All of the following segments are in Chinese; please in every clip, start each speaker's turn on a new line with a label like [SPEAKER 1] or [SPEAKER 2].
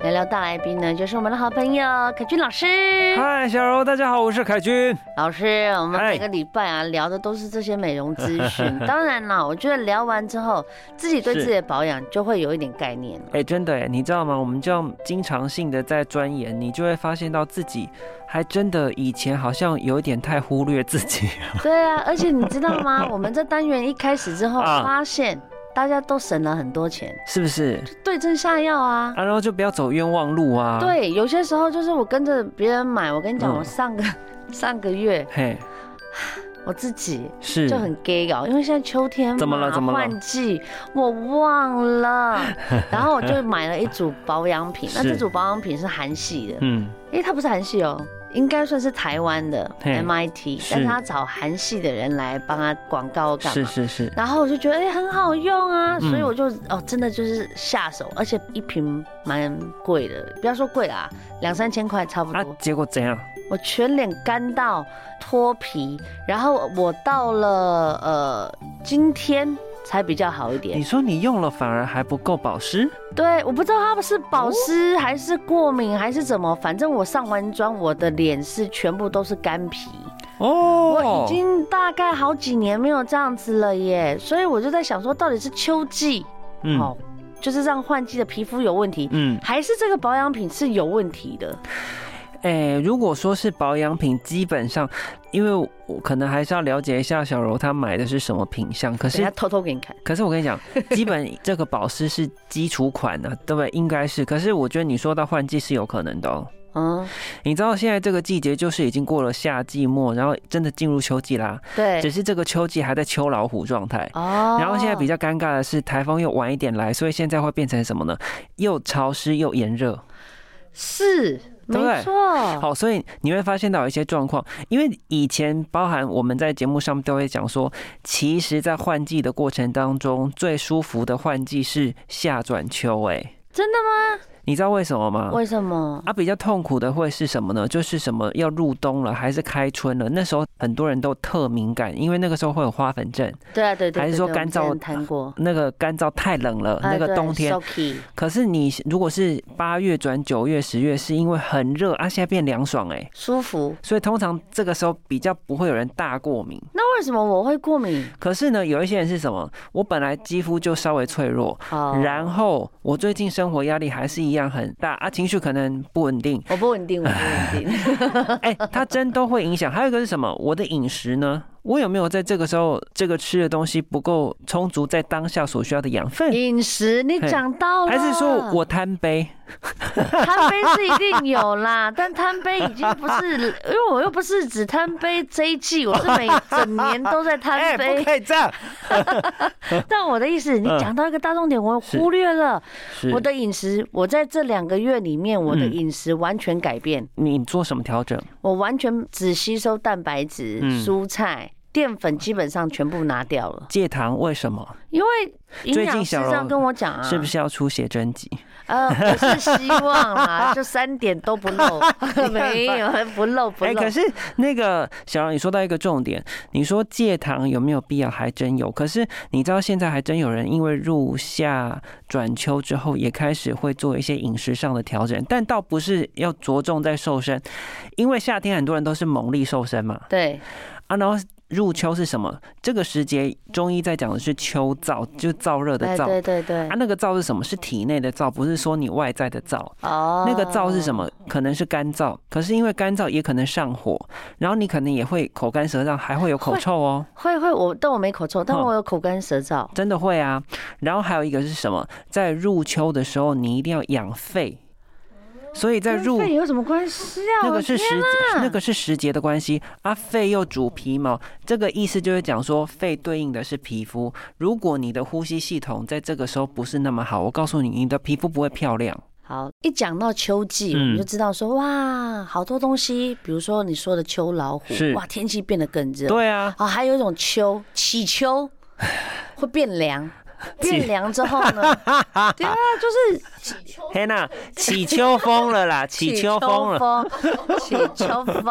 [SPEAKER 1] 聊聊大来宾呢，就是我们的好朋友凯君老师。
[SPEAKER 2] 嗨，小柔，大家好，我是凯军。
[SPEAKER 1] 老师，我们
[SPEAKER 2] 嗨
[SPEAKER 1] 每个礼拜啊聊的都是这些美容资 讯。当然啦，我觉得聊完之后，自己对
[SPEAKER 2] 是
[SPEAKER 1] 自己的保养就会有一点概念了。
[SPEAKER 2] 哎、真的哎，你知道吗？我们这样经常性的在钻研，你就会发现到自己还真的以前好像有一点太忽略自 己。
[SPEAKER 1] 对啊，而且你知道 吗？我们这单元一开始之后，
[SPEAKER 2] 啊
[SPEAKER 1] 发现大家都省了很多钱，
[SPEAKER 2] 是不是？
[SPEAKER 1] 对症下药啊。
[SPEAKER 2] 啊，然后就不要走冤枉路啊。，
[SPEAKER 1] 对，有些时候就是我跟着别人买，我跟你讲，
[SPEAKER 2] 嗯
[SPEAKER 1] 我上个 上个月
[SPEAKER 2] 嘿，
[SPEAKER 1] 我自己
[SPEAKER 2] 是
[SPEAKER 1] 就很 gay 搞，因为现在秋天嘛，
[SPEAKER 2] 嗯怎么了怎么了
[SPEAKER 1] 换季我忘 了，然后我就买了一组保养品，那
[SPEAKER 2] 是
[SPEAKER 1] 这组保养品是韩系的，
[SPEAKER 2] 嗯，
[SPEAKER 1] 诶，它不是韩系哦，应该算是台湾的
[SPEAKER 2] 嘿
[SPEAKER 1] MIT，
[SPEAKER 2] 是
[SPEAKER 1] 但是他找韩系的人来帮他广告干
[SPEAKER 2] 是
[SPEAKER 1] 嘛？
[SPEAKER 2] 是是，
[SPEAKER 1] 然后我就觉得哎、诶很好用啊，
[SPEAKER 2] 嗯
[SPEAKER 1] 所以我就、哦真的就是下手，而且一瓶蛮贵的，不要说贵啦，两三千块差不多。
[SPEAKER 2] 啊，结果怎样？
[SPEAKER 1] 我全脸干到脱皮，然后我到了呃今天才比较好一
[SPEAKER 2] 你
[SPEAKER 1] 点。
[SPEAKER 2] 说你用了反而还不够保湿？
[SPEAKER 1] 对，我不知道它是保湿还是过敏还是怎么，反正我上完妆，我的脸是全部都是干皮。我
[SPEAKER 2] 哦
[SPEAKER 1] 已经大概好几年没有这样子了耶，所以我就在想说，到底是秋季
[SPEAKER 2] 嗯
[SPEAKER 1] 哦，就是让换季的皮肤有问题，
[SPEAKER 2] 嗯，
[SPEAKER 1] 还是这个保养品是有问题的？
[SPEAKER 2] 哎、如果说是保养品，基本上，因为我可能还是要了解一下小柔她买的是什么品相。可
[SPEAKER 1] 等一
[SPEAKER 2] 是
[SPEAKER 1] 下偷偷给你看。
[SPEAKER 2] 可是我 跟你讲，基本这个保湿是基础款呢、啊，对不对？应该是。可是我觉得你说到换季是有可能的哦。
[SPEAKER 1] 嗯，
[SPEAKER 2] 你知道现在这个季节就是已经过了夏季末，然后真的进入秋季啦。只
[SPEAKER 1] 对。
[SPEAKER 2] 是这个秋季还在秋老虎状态。
[SPEAKER 1] 哦
[SPEAKER 2] 然后现在比较尴尬的是，台风又晚一点来，所以现在会变成什么呢？又潮湿又炎热。
[SPEAKER 1] 是没
[SPEAKER 2] 对不对
[SPEAKER 1] 错，
[SPEAKER 2] 好，所以你会发现到有一些状况，因为以前包含我们在节目上都会讲说，其实，在换季的过程当中，最舒服的换季是夏转秋、哎，
[SPEAKER 1] 真的
[SPEAKER 2] 你知道为什么吗？
[SPEAKER 1] 为什么？
[SPEAKER 2] 啊，比较痛苦的会是什么呢？就是什么要入冬了，还是开春了？那时候很多人都特敏感，因为那个时候会有花粉症，
[SPEAKER 1] 对啊，对对，
[SPEAKER 2] 还是说
[SPEAKER 1] 对对
[SPEAKER 2] 干燥
[SPEAKER 1] 我们之前谈过啊
[SPEAKER 2] 那个干燥太冷了，
[SPEAKER 1] 哎
[SPEAKER 2] 那个冬天。
[SPEAKER 1] k
[SPEAKER 2] 可是你如果是八月转九月、十月，是因为很热啊，现在变凉爽哎、
[SPEAKER 1] 舒服。
[SPEAKER 2] 所以通常这个时候比较不会有人大过敏。
[SPEAKER 1] 那为什么我会过敏？
[SPEAKER 2] 可是呢，有一些人是什么？我本来肌肤就稍微脆弱，
[SPEAKER 1] 哦。
[SPEAKER 2] 然后我最近生活压力还是一样很大啊，情绪可能不稳定
[SPEAKER 1] 我不稳定，我不稳 定。
[SPEAKER 2] 哎、它真都会影响。还有一个是什么？我的饮食呢？我有没有在这个时候这个吃的东西不够充足，在当下所需要的养分？
[SPEAKER 1] 饮食你
[SPEAKER 2] 嘿
[SPEAKER 1] 讲到了，
[SPEAKER 2] 还是说我贪杯？
[SPEAKER 1] 贪杯是一定有啦， 但贪杯已经不是，因为我又不是只贪杯这一季，我是每整年都在 贪杯。
[SPEAKER 2] 哎可以这样。
[SPEAKER 1] 但我的意思，你
[SPEAKER 2] 嗯
[SPEAKER 1] 讲到一个大重点，我忽略了
[SPEAKER 2] 是
[SPEAKER 1] 我的饮食。我在这两个月里面，我的
[SPEAKER 2] 嗯
[SPEAKER 1] 饮食完全改变。
[SPEAKER 2] 你做什么调整？
[SPEAKER 1] 我完全只吸收蛋白质、
[SPEAKER 2] 嗯
[SPEAKER 1] 蔬菜、淀粉，基本上全部拿掉了。
[SPEAKER 2] 戒糖？为什么？
[SPEAKER 1] 因为营
[SPEAKER 2] 最
[SPEAKER 1] 养
[SPEAKER 2] 近
[SPEAKER 1] 师
[SPEAKER 2] 小
[SPEAKER 1] 这样
[SPEAKER 2] 柔
[SPEAKER 1] 跟我讲啊，
[SPEAKER 2] 是不？是要出写真集？
[SPEAKER 1] 呃，我是希望啦，就三点都不 漏， 没有不漏不
[SPEAKER 2] 哎、
[SPEAKER 1] 漏
[SPEAKER 2] 可。是那个小杨，你说到一个重点，你说戒糖有没有必要？还真有。可是你知道现在还真有人因为入夏转秋之后，也开始会做一些饮食上的调整，但倒不是要着重在瘦身，因为夏天很多人都是猛力瘦身嘛
[SPEAKER 1] 对，
[SPEAKER 2] 啊，然后。入秋是什么？这个时节，中医在讲的是秋燥，就燥热的
[SPEAKER 1] 哎
[SPEAKER 2] 燥
[SPEAKER 1] 对对对
[SPEAKER 2] 啊。，那个燥是什么？是体内的燥，不是说你外在的燥。
[SPEAKER 1] 哦，
[SPEAKER 2] 啊那个燥是什？么？可能是干燥，可是因为干燥也可能上火，然后你可能也会口干舌燥，还会有口臭哦，
[SPEAKER 1] 会会，我但我没口臭，但
[SPEAKER 2] 嗯
[SPEAKER 1] 我有口干舌燥。
[SPEAKER 2] 真的会啊。然后还有一个是什么？在入秋的时候，你一定要养肺，所以在
[SPEAKER 1] 跟
[SPEAKER 2] 入
[SPEAKER 1] 肺有什么关系啊？
[SPEAKER 2] 那
[SPEAKER 1] 我
[SPEAKER 2] 个
[SPEAKER 1] 的
[SPEAKER 2] 是
[SPEAKER 1] 天
[SPEAKER 2] 时
[SPEAKER 1] 哪
[SPEAKER 2] 那个是时节的关系啊，肺又主皮毛，这个意思就是讲说肺对应的是皮肤。如果你的呼吸系统在这个时候不是那么好，我告诉你，你的皮肤不会漂亮。
[SPEAKER 1] 好，一讲到秋季，我
[SPEAKER 2] 嗯
[SPEAKER 1] 们就知道说哇，好多东西，比如说你说的秋老虎，
[SPEAKER 2] 是
[SPEAKER 1] 哇，天气变得更热。哦
[SPEAKER 2] 对啊，
[SPEAKER 1] 啊，还有一种秋，起秋会变凉，变凉之后呢？对啊，就是
[SPEAKER 2] 天呐， 起秋风了啦，起秋风了，
[SPEAKER 1] 了，起秋风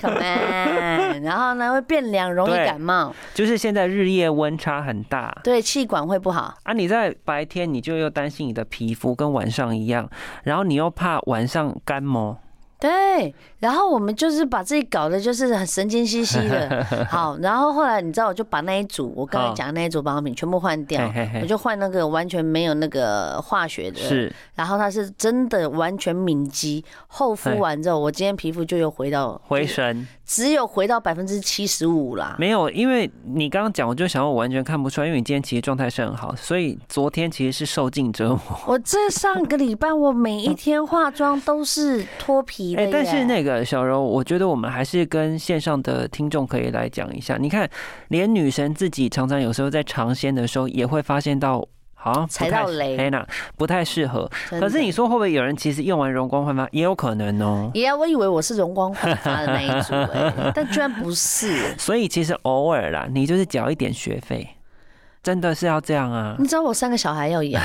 [SPEAKER 1] ，come on。然后呢，会变凉，容易
[SPEAKER 2] 对
[SPEAKER 1] 感冒，
[SPEAKER 2] 就是现在日夜温差很大。
[SPEAKER 1] 对气管会不好。
[SPEAKER 2] 啊，你在白天你就又担心你的皮肤跟晚上一样，然后你又怕晚上干毛，
[SPEAKER 1] 对，然后我们就是把自己搞的，就是很神经兮兮的。 好，然后后来你知道，我就把那一组我刚才
[SPEAKER 2] 哦
[SPEAKER 1] 讲的那一组保养品全部换掉
[SPEAKER 2] 嘿，嘿嘿
[SPEAKER 1] 我就换那个完全没有那个化学的，
[SPEAKER 2] 是
[SPEAKER 1] 然后它是真的完全敏肌，厚敷
[SPEAKER 2] 对
[SPEAKER 1] 完之后，我今天皮肤就又回到
[SPEAKER 2] 回神
[SPEAKER 1] 只有回到百分之七十五啦。
[SPEAKER 2] 没有，因为你刚刚讲，我就想我完全看不出来，因为你今天其实状态是很好，所以昨天其实是受尽折磨。
[SPEAKER 1] 我这上个礼拜我每一天化妆都是脱皮的
[SPEAKER 2] 哎、
[SPEAKER 1] 耶，
[SPEAKER 2] 但是那个小柔，我觉得我们还是跟线上的听众可以来讲一下。你看，连女神自己常常有时候在尝鲜的时候，也会发现到好像不
[SPEAKER 1] 踩
[SPEAKER 2] 太
[SPEAKER 1] 到雷
[SPEAKER 2] 哎那不太适合。
[SPEAKER 1] 真的
[SPEAKER 2] 可是你说会不会有人其实用完容光焕发，也有可能哦、
[SPEAKER 1] 也我以为我是容光焕发的那一组、 哎，但居然不是。
[SPEAKER 2] 所以其实偶尔啦，你就是缴一点学费，真的是要这样啊。
[SPEAKER 1] 你知道我三个小孩要养，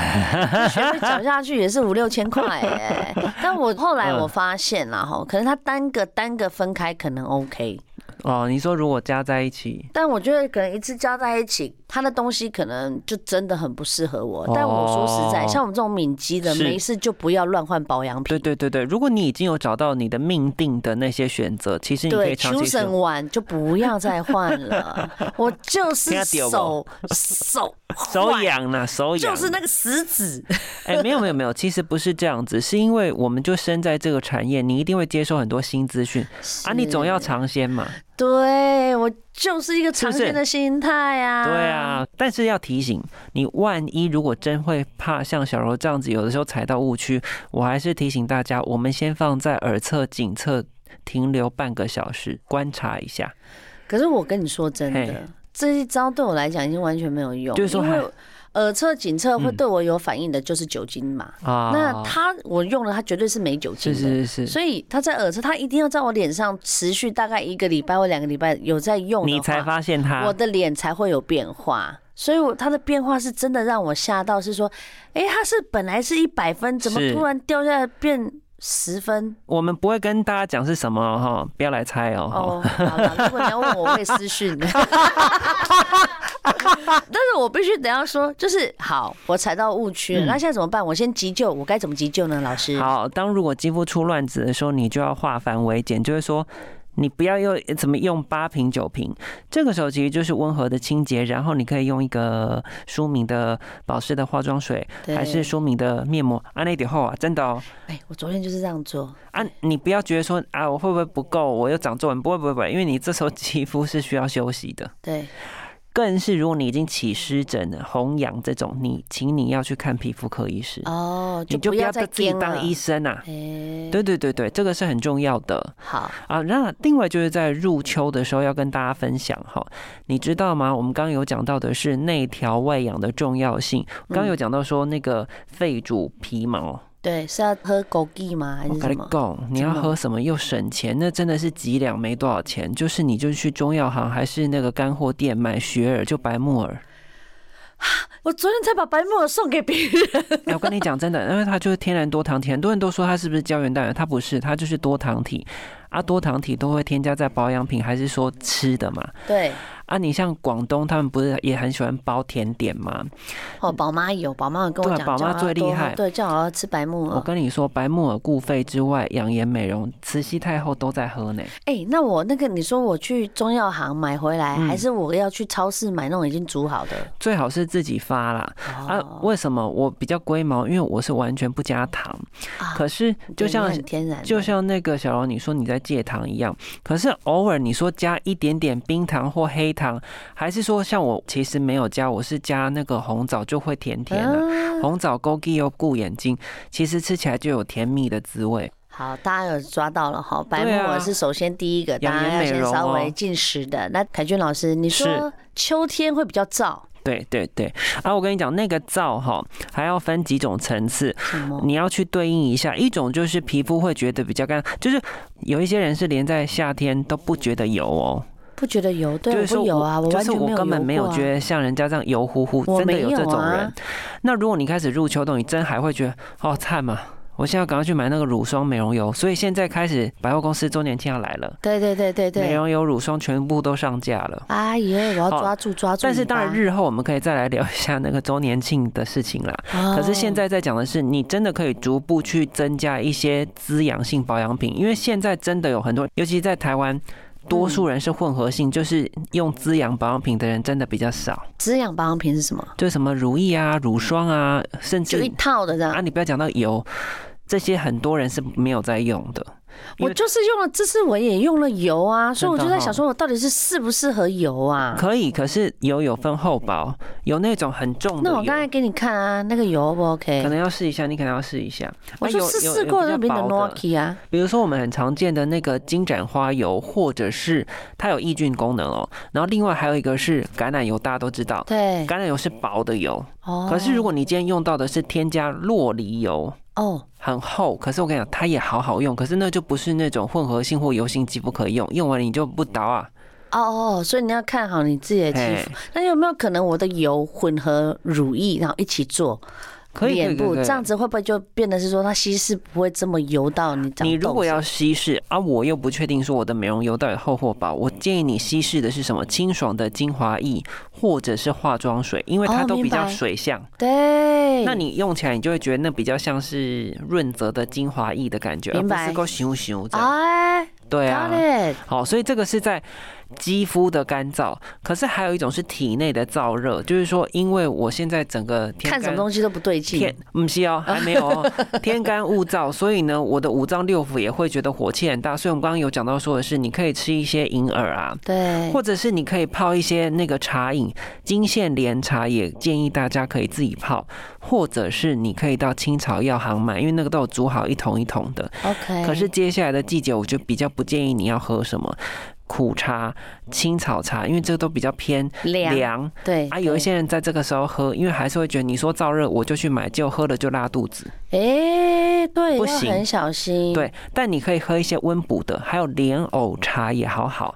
[SPEAKER 1] 学费缴下去也是五六千块哎、但我后来
[SPEAKER 2] 嗯
[SPEAKER 1] 我发现啦哈，可能他单个单个分开可能 OK，
[SPEAKER 2] 哦，你说如果加在一起，
[SPEAKER 1] 但我觉得可能一次加在一起，他的东西可能就真的很不适合我。但我说实在，
[SPEAKER 2] 哦
[SPEAKER 1] 像我们这种敏肌的，
[SPEAKER 2] 是
[SPEAKER 1] 没事就不要乱换保养
[SPEAKER 2] 对
[SPEAKER 1] 品。
[SPEAKER 2] 对对对，如果你已经有找到你的命定的那些选择，其实你可
[SPEAKER 1] 对
[SPEAKER 2] 以长
[SPEAKER 1] 求
[SPEAKER 2] 期使
[SPEAKER 1] 神
[SPEAKER 2] 用。
[SPEAKER 1] 完就不要再换 了。我就是
[SPEAKER 2] 听得到
[SPEAKER 1] 手手
[SPEAKER 2] 手
[SPEAKER 1] 坏，
[SPEAKER 2] 痒啦，手痒，
[SPEAKER 1] 就是那个食指。
[SPEAKER 2] 哎、没有没有没有，其实不是这样子，是因为我们就身在这个产业，你一定会接受很多新资讯啊，你总要
[SPEAKER 1] 是
[SPEAKER 2] 尝鲜嘛，
[SPEAKER 1] 对我就是一个尝
[SPEAKER 2] 是不是
[SPEAKER 1] 鲜的心态啊。
[SPEAKER 2] 对，啊。但是要提醒你，万一如果真会怕像小柔这样子，有的时候踩到误区，我还是提醒大家，我们先放在耳侧、颈侧停留半个小时，观察一下。
[SPEAKER 1] 可是我跟你说真
[SPEAKER 2] 嘿
[SPEAKER 1] 的，这一招对我来讲已经完全没有用，
[SPEAKER 2] 就是说
[SPEAKER 1] 因
[SPEAKER 2] 还
[SPEAKER 1] 为呃耳侧、颈侧会
[SPEAKER 2] 嗯
[SPEAKER 1] 对我有反应的就是酒精嘛。
[SPEAKER 2] 啊
[SPEAKER 1] 那它我用了，它绝对是没酒精
[SPEAKER 2] 是
[SPEAKER 1] 的。
[SPEAKER 2] 是是是，
[SPEAKER 1] 所以它在耳侧，它一定要在我脸上持续大概一个礼拜或两个礼拜有在用的话，
[SPEAKER 2] 你才发啊现它，
[SPEAKER 1] 我的脸才会有变化。所以我它的变化是真的让我吓到，是说，哎、它是本来是一百分，怎么
[SPEAKER 2] 是
[SPEAKER 1] 突然掉下来变十分？
[SPEAKER 2] 我们不会跟大家讲是什么哦哈，不要来猜哦。哈
[SPEAKER 1] 哦，好了，如果你要问我，我会私讯。 但是我必须得要说，就是好，我踩到误区了，那现在怎么办？我先急救，我该怎么急救呢？老师，
[SPEAKER 2] 嗯好，当如果肌肤出乱子的时候，你就要化繁为简，就是说。你不要用怎么用八瓶九瓶，这个时候其实就是温和的清洁，然后你可以用一个舒敏的保湿的化妆水，
[SPEAKER 1] 对
[SPEAKER 2] 还是舒敏的面膜，啊那点厚啊，真的哦，
[SPEAKER 1] 哎、我昨天就是这样做，
[SPEAKER 2] 啊你不要觉得说啊我会不会不够，我又长皱纹，不会不会不会，因为你这时候肌肤是需要休息的，
[SPEAKER 1] 对，
[SPEAKER 2] 更是如果你已经起湿疹了、红痒这种，你请你要去看皮肤科医师，
[SPEAKER 1] 哦，
[SPEAKER 2] 你就
[SPEAKER 1] 不
[SPEAKER 2] 不
[SPEAKER 1] 要
[SPEAKER 2] 要
[SPEAKER 1] 再
[SPEAKER 2] 自己
[SPEAKER 1] 颠
[SPEAKER 2] 当
[SPEAKER 1] 了
[SPEAKER 2] 医生啊，
[SPEAKER 1] 哎、
[SPEAKER 2] 对对对对，这个是很重要的。
[SPEAKER 1] 好，
[SPEAKER 2] 啊，那另外就是在入秋的时候要跟大家分享哈，你知道吗？我们刚刚有讲到的是内调外养的重要性，刚
[SPEAKER 1] 嗯
[SPEAKER 2] 刚有讲到说那个肺主皮毛，
[SPEAKER 1] 对，是要喝枸杞吗？还
[SPEAKER 2] 我
[SPEAKER 1] 是什
[SPEAKER 2] 跟你
[SPEAKER 1] 么？
[SPEAKER 2] 讲，你要喝什么又省钱，那真的是几两没多少钱，就是你就去中药行还是那个干货店买雪耳，就白木 耳。
[SPEAKER 1] 我昨天才把白木耳送给别 人，
[SPEAKER 2] 哎、我跟你讲真的，因为它就是天然多糖体，很多人都说它是不是胶原蛋白，它不是，它就是多糖体。啊，多糖体都会添加在保养品还是说吃的嘛？
[SPEAKER 1] 对，
[SPEAKER 2] 啊，你像广东，他们不是也很喜欢包甜点吗？
[SPEAKER 1] 哦，宝妈有，宝妈有跟我
[SPEAKER 2] 对啊
[SPEAKER 1] 讲，
[SPEAKER 2] 宝
[SPEAKER 1] 叫
[SPEAKER 2] 妈
[SPEAKER 1] 我
[SPEAKER 2] 最厉
[SPEAKER 1] 多喝
[SPEAKER 2] 害
[SPEAKER 1] 对，叫我要吃白木
[SPEAKER 2] 我
[SPEAKER 1] 耳。
[SPEAKER 2] 跟你说，白木耳固肺之外，养颜美容，慈禧太后都在喝呢。
[SPEAKER 1] 哎、那我那个你说我去中药行买回来，
[SPEAKER 2] 嗯
[SPEAKER 1] 还是我要去超市买那种已经煮好的？
[SPEAKER 2] 最好是自己发啦。啊，
[SPEAKER 1] 哦，
[SPEAKER 2] 为什么我比较龟毛？因为我是完全不加糖。
[SPEAKER 1] 啊
[SPEAKER 2] 可是就
[SPEAKER 1] 对那
[SPEAKER 2] 像
[SPEAKER 1] 很天然的，啊
[SPEAKER 2] 就像那个小龙你说你在戒糖一样，可是偶尔你说加一点点冰糖或黑糖，还是说像我其实没有加，我是加那个红枣就会甜甜的、
[SPEAKER 1] 啊
[SPEAKER 2] 红枣枸杞又顾眼睛，其实吃起来就有甜蜜的滋味。
[SPEAKER 1] 好，大家有抓到了哈，白木
[SPEAKER 2] 对啊
[SPEAKER 1] 耳是首先第一个，
[SPEAKER 2] 养
[SPEAKER 1] 大
[SPEAKER 2] 颜
[SPEAKER 1] 家要
[SPEAKER 2] 美
[SPEAKER 1] 先
[SPEAKER 2] 容
[SPEAKER 1] 稍
[SPEAKER 2] 哦
[SPEAKER 1] 微进食的。那凯俊老师，你说
[SPEAKER 2] 是
[SPEAKER 1] 秋天会比较燥，
[SPEAKER 2] 对对对，啊，我跟你讲，那个皂哈还要分几种层次，
[SPEAKER 1] 什么？
[SPEAKER 2] 你要去对应一下。一种就是皮肤会觉得比较干，就是有一些人是连在夏天都不觉得油哦，
[SPEAKER 1] 不觉得油，对，
[SPEAKER 2] 就
[SPEAKER 1] 我
[SPEAKER 2] 是说
[SPEAKER 1] 不油啊，
[SPEAKER 2] 就
[SPEAKER 1] 完
[SPEAKER 2] 是
[SPEAKER 1] 全
[SPEAKER 2] 我根本没
[SPEAKER 1] 没有油
[SPEAKER 2] 有
[SPEAKER 1] 过啊
[SPEAKER 2] 觉得像人家这样油乎乎，
[SPEAKER 1] 我
[SPEAKER 2] 真的
[SPEAKER 1] 没
[SPEAKER 2] 有这种
[SPEAKER 1] 啊
[SPEAKER 2] 人。那如果你开始入秋冬，你真还会觉得哦，惨嘛！我现在要赶快去买那个乳霜、美容油。所以现在开始，百货公司周年庆要来了，
[SPEAKER 1] 对对对对
[SPEAKER 2] 美
[SPEAKER 1] 对，
[SPEAKER 2] 容油、乳霜全部都上架了。
[SPEAKER 1] 阿姨，我要
[SPEAKER 2] 好
[SPEAKER 1] 抓住抓住你吧。
[SPEAKER 2] 但是当然，日后我们可以再来聊一下那个周年庆的事情啦。
[SPEAKER 1] 哦，
[SPEAKER 2] 可是现在在讲的是，你真的可以逐步去增加一些滋养性保养品，因为现在真的有很多，尤其在台湾，多数人是混合性，就是用滋养保养品的人真的比较少，
[SPEAKER 1] 滋养保养品是什么？
[SPEAKER 2] 就什么乳液啊、乳霜啊，甚
[SPEAKER 1] 就一
[SPEAKER 2] 至
[SPEAKER 1] 套的这样
[SPEAKER 2] 啊，。你不要讲到油，这些很多人是没有在用的。因
[SPEAKER 1] 我
[SPEAKER 2] 为
[SPEAKER 1] 就是用了，这次我也用了油啊，所以我就
[SPEAKER 2] 真的
[SPEAKER 1] 在
[SPEAKER 2] 哦
[SPEAKER 1] 想说，我到底是适不适合油啊？
[SPEAKER 2] 可以，可是油有分厚薄，有那种很重
[SPEAKER 1] 那
[SPEAKER 2] 的油。
[SPEAKER 1] 我刚才给你看啊，那个油不
[SPEAKER 2] 可
[SPEAKER 1] OK？
[SPEAKER 2] 能要试一下，你可能要试一下。
[SPEAKER 1] 我
[SPEAKER 2] 啊
[SPEAKER 1] 说
[SPEAKER 2] 有
[SPEAKER 1] 试
[SPEAKER 2] 有
[SPEAKER 1] 试
[SPEAKER 2] 有
[SPEAKER 1] 过
[SPEAKER 2] 比
[SPEAKER 1] 那
[SPEAKER 2] 较
[SPEAKER 1] 边的
[SPEAKER 2] 薄的
[SPEAKER 1] Nokia 啊，
[SPEAKER 2] 比如说我们很常见的那个金盏花油，或者是它有抑菌功能哦。然后另外还有一个是橄榄油，大家都知道，
[SPEAKER 1] 对，
[SPEAKER 2] 橄榄油是薄的油，
[SPEAKER 1] 哦。
[SPEAKER 2] 可是如果你今天用到的是添加洛梨油。
[SPEAKER 1] 哦，
[SPEAKER 2] 很厚，可是我跟你讲，它也好好用，可是那就不是那种混合性或油性肌肤可以用，用完了你就不倒啊。
[SPEAKER 1] 哦哦，哦所以你要看好你自己的肌肤。
[SPEAKER 2] 嘿
[SPEAKER 1] 那有没有可能我的油混合乳液，然后一起做
[SPEAKER 2] 可以，可
[SPEAKER 1] 脸
[SPEAKER 2] 以可以
[SPEAKER 1] 部，
[SPEAKER 2] 可以
[SPEAKER 1] 这样子会不会就变得是说它稀释不会这么油到你长
[SPEAKER 2] 你如
[SPEAKER 1] 痘
[SPEAKER 2] 果
[SPEAKER 1] 子
[SPEAKER 2] 要稀释啊，我又不确定说我的美容油到底厚或薄，我建议你稀释的是什么清爽的精华液或者是化妆水，因为它
[SPEAKER 1] 哦
[SPEAKER 2] 都
[SPEAKER 1] 明
[SPEAKER 2] 比较
[SPEAKER 1] 白
[SPEAKER 2] 水相。
[SPEAKER 1] 对，
[SPEAKER 2] 那你用起来，你就会觉得那比较像是润泽的精华液的感觉，而
[SPEAKER 1] 明
[SPEAKER 2] 不
[SPEAKER 1] 白
[SPEAKER 2] 是够咻咻这样。
[SPEAKER 1] 哎
[SPEAKER 2] 对啊
[SPEAKER 1] ，got，it，
[SPEAKER 2] 好，所以这个是在肌肤的干燥，可是还有一种是体内的燥热，就是说，因为我现在整个天
[SPEAKER 1] 看什么
[SPEAKER 2] 干
[SPEAKER 1] 东西都不对劲
[SPEAKER 2] 天，，不是 哦，还没有哦，天干物燥，所以呢，我的五脏六腑也会觉得火气很大。所以我们刚刚有讲到说的是，你可以吃一些银耳啊，
[SPEAKER 1] 对，
[SPEAKER 2] 或者是你可以泡一些那个茶饮，金线莲茶也建议大家可以自己泡，或者是你可以到青草药行买，因为那个都有煮好一桶一桶的。
[SPEAKER 1] OK，
[SPEAKER 2] 可是接下来的季节，我就比较不建议你要喝什么。苦茶、青草茶，因为这都比较偏
[SPEAKER 1] 凉
[SPEAKER 2] 凉
[SPEAKER 1] 对
[SPEAKER 2] 啊。有一
[SPEAKER 1] 对
[SPEAKER 2] 些人在这个时候喝，因为还是会觉得你说燥热，我就去买，就喝了就拉肚子。
[SPEAKER 1] 哎，对，
[SPEAKER 2] 不
[SPEAKER 1] 要
[SPEAKER 2] 行
[SPEAKER 1] 很小心。，
[SPEAKER 2] 对，但你可以喝一些温补的，还有莲藕茶也好好。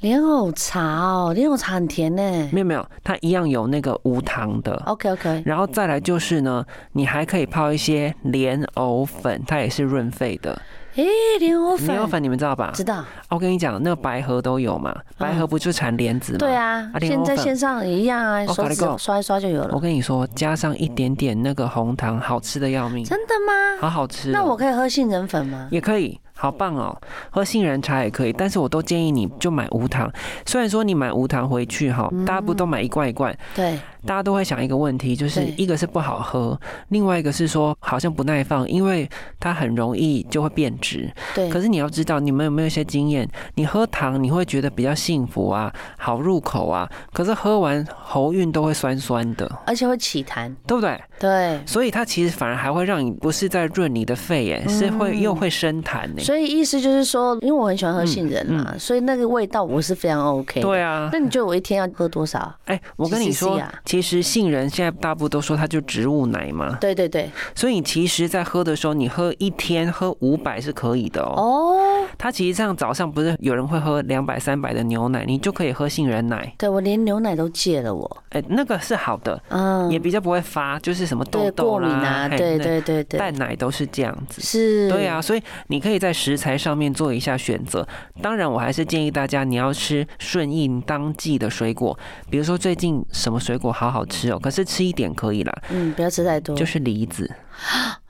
[SPEAKER 1] 莲藕茶哦，莲藕茶很甜呢。
[SPEAKER 2] 没有没有，它一样有那个无糖的
[SPEAKER 1] OK OK，
[SPEAKER 2] 然后再来就是呢，你还可以泡一些莲藕粉，它也是润肺的。
[SPEAKER 1] 哎，莲藕
[SPEAKER 2] 莲藕
[SPEAKER 1] 粉，
[SPEAKER 2] 粉你们知道吧？
[SPEAKER 1] 知道？
[SPEAKER 2] 啊我跟你讲，那个白河都有嘛，白河不就产莲子吗？
[SPEAKER 1] 嗯对。啊
[SPEAKER 2] 啊，莲
[SPEAKER 1] 现
[SPEAKER 2] 藕
[SPEAKER 1] 在
[SPEAKER 2] 粉哦
[SPEAKER 1] 线上也一样啊，
[SPEAKER 2] 我哦
[SPEAKER 1] 手
[SPEAKER 2] 跟你
[SPEAKER 1] 指
[SPEAKER 2] 讲
[SPEAKER 1] 刷一刷就有了
[SPEAKER 2] 我。跟你说，加上一点点那个红糖，好吃的要命，
[SPEAKER 1] 真的吗？
[SPEAKER 2] 好好吃哦。
[SPEAKER 1] 那我可以喝杏仁粉吗？
[SPEAKER 2] 也可以，好棒哦！喝杏仁茶也可以，但是我都建议你就买无糖。虽然说你买无糖回去哈，
[SPEAKER 1] 嗯
[SPEAKER 2] 大家不都买一罐一罐？
[SPEAKER 1] 对，
[SPEAKER 2] 大家都会想一个问题，就是
[SPEAKER 1] 对
[SPEAKER 2] 一个是不好喝，另外一个是说好像不耐放，因为它很容易就会变质。
[SPEAKER 1] 对，
[SPEAKER 2] 可是你要知道，你们有没有一些经验？你喝糖你会觉得比较幸福啊，好入口啊，可是喝完喉韵都会酸酸的，
[SPEAKER 1] 而且会起痰。
[SPEAKER 2] 对不对？
[SPEAKER 1] 对，
[SPEAKER 2] 所以它其实反而还会让你不是在润你的肺耶，是会又会生痰哎呢。
[SPEAKER 1] 所以意思嗯就是说，因为我很喜欢喝杏仁嘛，所以那个味道我是非常 OK。
[SPEAKER 2] 嗯对。啊，
[SPEAKER 1] 那你觉得我一天要喝多少？
[SPEAKER 2] 哎、我跟你
[SPEAKER 1] GCC
[SPEAKER 2] 说
[SPEAKER 1] 啊，
[SPEAKER 2] 其实杏仁现在大部都说它就植物奶嘛，
[SPEAKER 1] 对对对，
[SPEAKER 2] 所以你其实，在喝的时候，你喝一天喝五百是可以的哦。
[SPEAKER 1] 哦，
[SPEAKER 2] 它其实像早上不是有人会喝两百、三百的牛奶，你就可以喝杏仁奶，
[SPEAKER 1] 对我连牛奶都戒了，我，
[SPEAKER 2] 哎、那个是好的，
[SPEAKER 1] 嗯，
[SPEAKER 2] 也比较不会发，就是什么痘
[SPEAKER 1] 对
[SPEAKER 2] 痘
[SPEAKER 1] 过敏
[SPEAKER 2] 啦，
[SPEAKER 1] 啊，
[SPEAKER 2] 嘿
[SPEAKER 1] 对
[SPEAKER 2] 那
[SPEAKER 1] 对对对，
[SPEAKER 2] 蛋奶都是这样子。
[SPEAKER 1] 是，
[SPEAKER 2] 对啊，所以你可以在食材上面做一下选择。当然，我还是建议大家你要吃顺应当季的水果，比如说最近什么水果好好吃哦，可是吃一点可以啦，
[SPEAKER 1] 嗯，不要吃太多。
[SPEAKER 2] 就是梨子。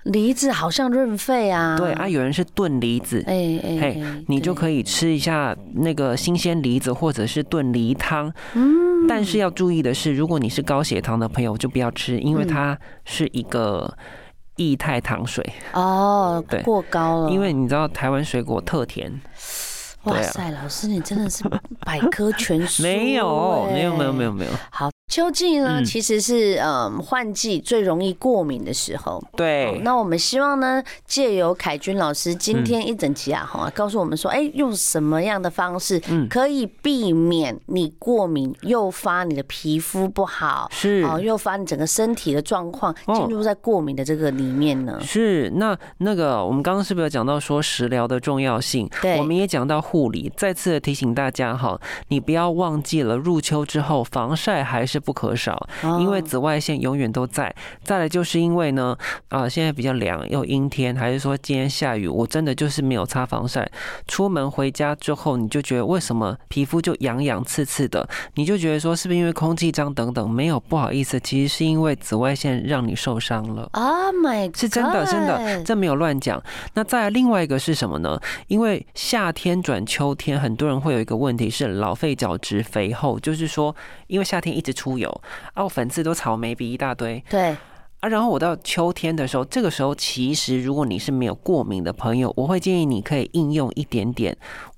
[SPEAKER 1] 梨子好像润肺啊，
[SPEAKER 2] 对啊，，有人是炖梨子，
[SPEAKER 1] 哎哎
[SPEAKER 2] 嘿
[SPEAKER 1] 哎，
[SPEAKER 2] 你就可以吃一下那个新鲜梨子，或者是炖梨汤。嗯，但是要注意的是，如果你是高血糖的朋友，就不要吃，因为
[SPEAKER 1] 嗯
[SPEAKER 2] 它是一个液态糖水。
[SPEAKER 1] 以哦
[SPEAKER 2] 对，
[SPEAKER 1] 过高了，
[SPEAKER 2] 因为你知道台湾水果特甜，
[SPEAKER 1] 哇
[SPEAKER 2] 对啊
[SPEAKER 1] 塞，老师你真的是百科全书，
[SPEAKER 2] 没有，没有，没有，没
[SPEAKER 1] 有，
[SPEAKER 2] 有，没有。
[SPEAKER 1] 好。秋季呢，
[SPEAKER 2] 嗯
[SPEAKER 1] 其实是嗯换季最容易过敏的时候。好
[SPEAKER 2] 对，
[SPEAKER 1] 哦
[SPEAKER 2] 嗯
[SPEAKER 1] 那我们希望呢，借由凯军老师今天一整集啊，哈、告诉我们说，哎、用什么样的方式
[SPEAKER 2] 嗯
[SPEAKER 1] 可以避免你过敏，诱发你的皮肤不好，
[SPEAKER 2] 是。
[SPEAKER 1] 哦，诱发你整个身体的状况
[SPEAKER 2] 哦
[SPEAKER 1] 进入在过敏的这个里面呢？
[SPEAKER 2] 是，那那个我们刚刚是不是有讲到说食疗的重要性？
[SPEAKER 1] 对
[SPEAKER 2] 我们也讲到护理，再次的提醒大家哈，你不要忘记了入秋之后防晒还是不可少，
[SPEAKER 1] 哦
[SPEAKER 2] 因为紫外线永远都在。再来就是因为呢，啊、现在比较凉又阴天，还是说今天下雨，我真的就是没有擦防晒，出门回家之后你就觉得为什么皮肤就痒痒刺刺的，你就觉得说是不是因为空气脏等等？没有，不好意思，其实是因为紫外线让你受伤了。
[SPEAKER 1] ，Oh my，
[SPEAKER 2] 是真的，真的，
[SPEAKER 1] God
[SPEAKER 2] 这没有乱讲。那再来另外一个是什么呢？因为夏天转秋天，很多人会有一个问题是老废角质肥厚，就是说，因为夏天一直出油，啊，我粉刺都草莓鼻一大堆
[SPEAKER 1] 对，
[SPEAKER 2] 啊，然后我到秋天的时候，这个时候其实如果你是没有过敏的朋友，我会建议你可以应用一点点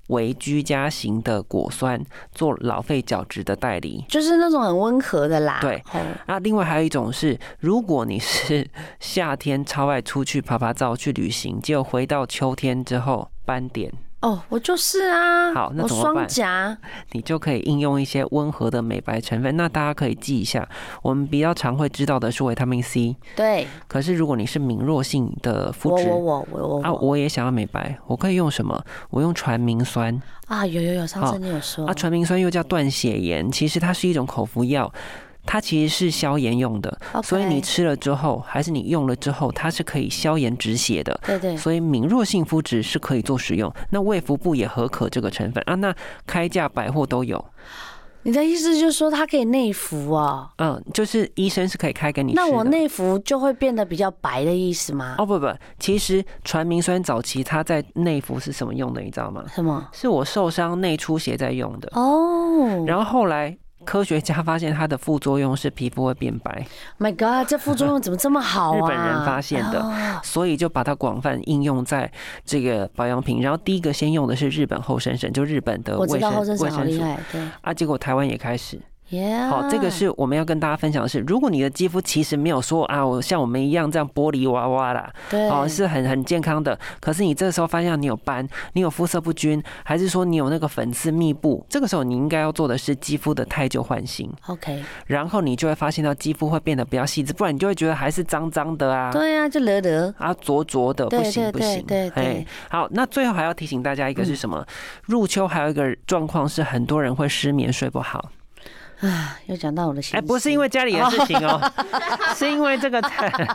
[SPEAKER 2] 微居家型的果酸做老废角质的代理。
[SPEAKER 1] 就是那种很温和的啦。
[SPEAKER 2] 对
[SPEAKER 1] 哦，
[SPEAKER 2] 那另外还有一种是，如果你是夏天超爱出去爬爬照、去旅行，结果回到秋天之后斑点，
[SPEAKER 1] 哦，我就是啊，
[SPEAKER 2] 好那
[SPEAKER 1] 我
[SPEAKER 2] 怎么办
[SPEAKER 1] 双颊
[SPEAKER 2] 你就可以应用一些温和的美白成分。那大家可以记一下，我们比较常会知道的是维他命 C，
[SPEAKER 1] 对
[SPEAKER 2] 可是如果你是敏弱性的肤
[SPEAKER 1] 我
[SPEAKER 2] 质
[SPEAKER 1] 我。我我我
[SPEAKER 2] 啊，
[SPEAKER 1] 我
[SPEAKER 2] 我也想要美白，我可以用什么？我用传明酸
[SPEAKER 1] 啊，有有有，上
[SPEAKER 2] 好
[SPEAKER 1] 次你有说
[SPEAKER 2] 啊，传明酸又叫断血盐，其实它是一种口服药，它其实是消炎用的，
[SPEAKER 1] OK，
[SPEAKER 2] 啊所以你吃了之后，还是你用了之后，它是可以消炎止血的。
[SPEAKER 1] 对对
[SPEAKER 2] 所以敏弱性肤质是可以做使用，那卫福部也合可这个成分啊。那开价百货都有，
[SPEAKER 1] 你的意思就是说它可以内服哦？
[SPEAKER 2] 嗯，就是医生是可以开给你吃的。
[SPEAKER 1] 那我内服就会变得比较白的意思吗？
[SPEAKER 2] 哦不不，其实传明酸早期它在内服是什么用的，你知道吗？
[SPEAKER 1] 什么？
[SPEAKER 2] 是我受伤内出血在用的，
[SPEAKER 1] 哦
[SPEAKER 2] 然后后来科学家发现它的副作用是皮肤会变白，
[SPEAKER 1] ，My God，这副作用怎么这么好啊？
[SPEAKER 2] 日本人发现的
[SPEAKER 1] 哦
[SPEAKER 2] 所以就把它广泛应用在这个保养品。然后第一个先用的是日本后生省，就日本的
[SPEAKER 1] 我知
[SPEAKER 2] 呃卫
[SPEAKER 1] 道
[SPEAKER 2] 生
[SPEAKER 1] 后生
[SPEAKER 2] 卫
[SPEAKER 1] 省好
[SPEAKER 2] 生
[SPEAKER 1] 厉
[SPEAKER 2] 署
[SPEAKER 1] 害，对
[SPEAKER 2] 啊，结果台湾也开始。
[SPEAKER 1] ，Yeah，
[SPEAKER 2] 好，这个是我们要跟大家分享的是，如果你的肌肤其实没有说啊，我像我们一样这样玻璃娃娃啦，
[SPEAKER 1] 对，
[SPEAKER 2] 哦，是很很健康的，可是你这时候发现你有斑，你有肤色不均，还是说你有那个粉刺密布，这个时候你应该要做的是肌肤的太旧换新，
[SPEAKER 1] OK，
[SPEAKER 2] 然后你就会发现到肌肤会变得比较细致，不然你就会觉得还是脏脏的啊。
[SPEAKER 1] 对啊，就惹得
[SPEAKER 2] 啊，灼灼的，不
[SPEAKER 1] 对
[SPEAKER 2] 行
[SPEAKER 1] 对
[SPEAKER 2] 不行，
[SPEAKER 1] 对对对嗯
[SPEAKER 2] 哎好，那最后还要提醒大家一个是什么？入秋还有一个状况是，很多人会失眠，睡不好。
[SPEAKER 1] 啊，又讲到我的心事。
[SPEAKER 2] 哎、不是因为家里的事情哦、 是因为这个，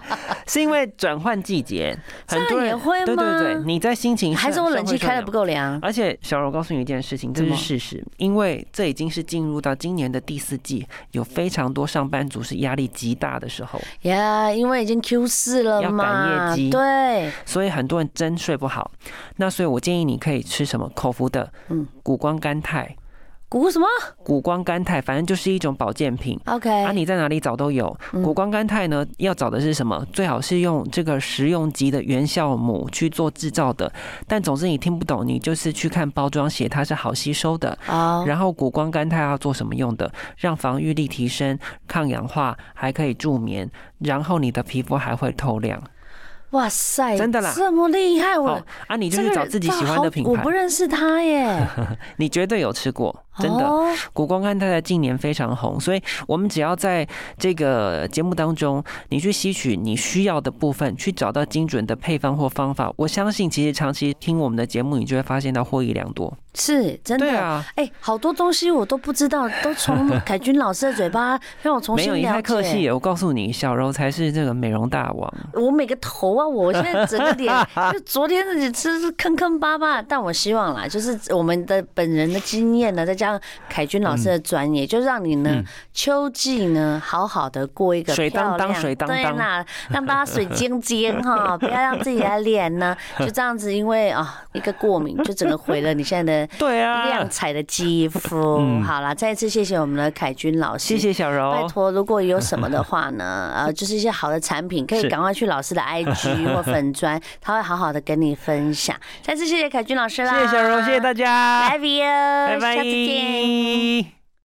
[SPEAKER 2] 是因为转换季节，很多
[SPEAKER 1] 这样也
[SPEAKER 2] 人
[SPEAKER 1] 会吗
[SPEAKER 2] 对对对，你在心情上
[SPEAKER 1] 还是我冷气开的不。
[SPEAKER 2] 上会受影响
[SPEAKER 1] 够凉。
[SPEAKER 2] 而且，小柔告诉你一件事情，这
[SPEAKER 1] 怎
[SPEAKER 2] 是
[SPEAKER 1] 么
[SPEAKER 2] 事实，因为这已经是进入到今年的第四季，有非常多上班族是压力极大的时候，
[SPEAKER 1] 呀因为已经 Q 四了
[SPEAKER 2] 要赶
[SPEAKER 1] 嘛，
[SPEAKER 2] 业绩
[SPEAKER 1] 对，
[SPEAKER 2] 所以很多人真睡不好。那所以我建议你可以吃什么口服的，
[SPEAKER 1] 嗯
[SPEAKER 2] 嗯，谷胱甘肽，
[SPEAKER 1] 谷什么
[SPEAKER 2] 谷胱甘肽，反正就是一种保健品。
[SPEAKER 1] ？OK，
[SPEAKER 2] 啊，你在哪里找都有。
[SPEAKER 1] 哎嗯
[SPEAKER 2] 谷胱甘肽呢，要找的是什么？最好是用这个食用级的原酵母去做制造的。但总之你听不懂，你就是去看包装写它是好吸收的。
[SPEAKER 1] 好，
[SPEAKER 2] 然后谷胱甘肽要做什么用的？让防御力提升、抗氧化，还可以助眠，然后你的皮肤还会透亮。
[SPEAKER 1] 哇塞，
[SPEAKER 2] 真的啦
[SPEAKER 1] 这么厉害，我
[SPEAKER 2] 哦，啊，你就
[SPEAKER 1] 这
[SPEAKER 2] 去
[SPEAKER 1] 个
[SPEAKER 2] 找
[SPEAKER 1] 人
[SPEAKER 2] 自己
[SPEAKER 1] 他
[SPEAKER 2] 喜欢
[SPEAKER 1] 好
[SPEAKER 2] 的品
[SPEAKER 1] 我
[SPEAKER 2] 牌
[SPEAKER 1] 不，认识他耶，
[SPEAKER 2] 你绝对有吃过， 真的。
[SPEAKER 1] 哦
[SPEAKER 2] 谷胱甘肽在近年非常红，所以我们只要在这个节目当中，你去吸取你需要的部分，去找到精准的配方或方法，我相信其实长期听我们的节目，你就会发现到获益良多。
[SPEAKER 1] 是真
[SPEAKER 2] 对
[SPEAKER 1] 的。
[SPEAKER 2] 啊，
[SPEAKER 1] 哎、好多东西我都不知道，都 从凯军老师的嘴巴让我重
[SPEAKER 2] 没
[SPEAKER 1] 新
[SPEAKER 2] 有你
[SPEAKER 1] 了
[SPEAKER 2] 太客气
[SPEAKER 1] 解。
[SPEAKER 2] 了，我告诉你，小柔才是这个美容大王。
[SPEAKER 1] 我每个头啊，我现在整个 脸就昨天自己吃是坑坑巴巴，但我希望啦，就是我们的本人的经验呢，再加上凯军老师的专业，就让你呢、秋季呢好好的过一个
[SPEAKER 2] 嗯水当
[SPEAKER 1] 漂亮
[SPEAKER 2] 当水当当
[SPEAKER 1] 对啦，让大家水晶晶 哈，不要让自己的脸呢就这样子，因为啊一个过敏就整个毁了你现在 的
[SPEAKER 2] 对啊
[SPEAKER 1] 亮，彩的肌肤。好啦，再一次谢谢我们的凯军老师，
[SPEAKER 2] 嗯谢。谢小
[SPEAKER 1] 拜
[SPEAKER 2] 柔，
[SPEAKER 1] 托，如果有什么的话 呢，呃，就是一些好的产品，可以
[SPEAKER 2] 是
[SPEAKER 1] 赶快去老师的 IG 或粉砖，他会好好的跟你分享。再次谢谢凯军老师啦，
[SPEAKER 2] 谢谢小柔，谢谢大家，
[SPEAKER 1] ，Love you，
[SPEAKER 2] 拜拜
[SPEAKER 1] 下次见。。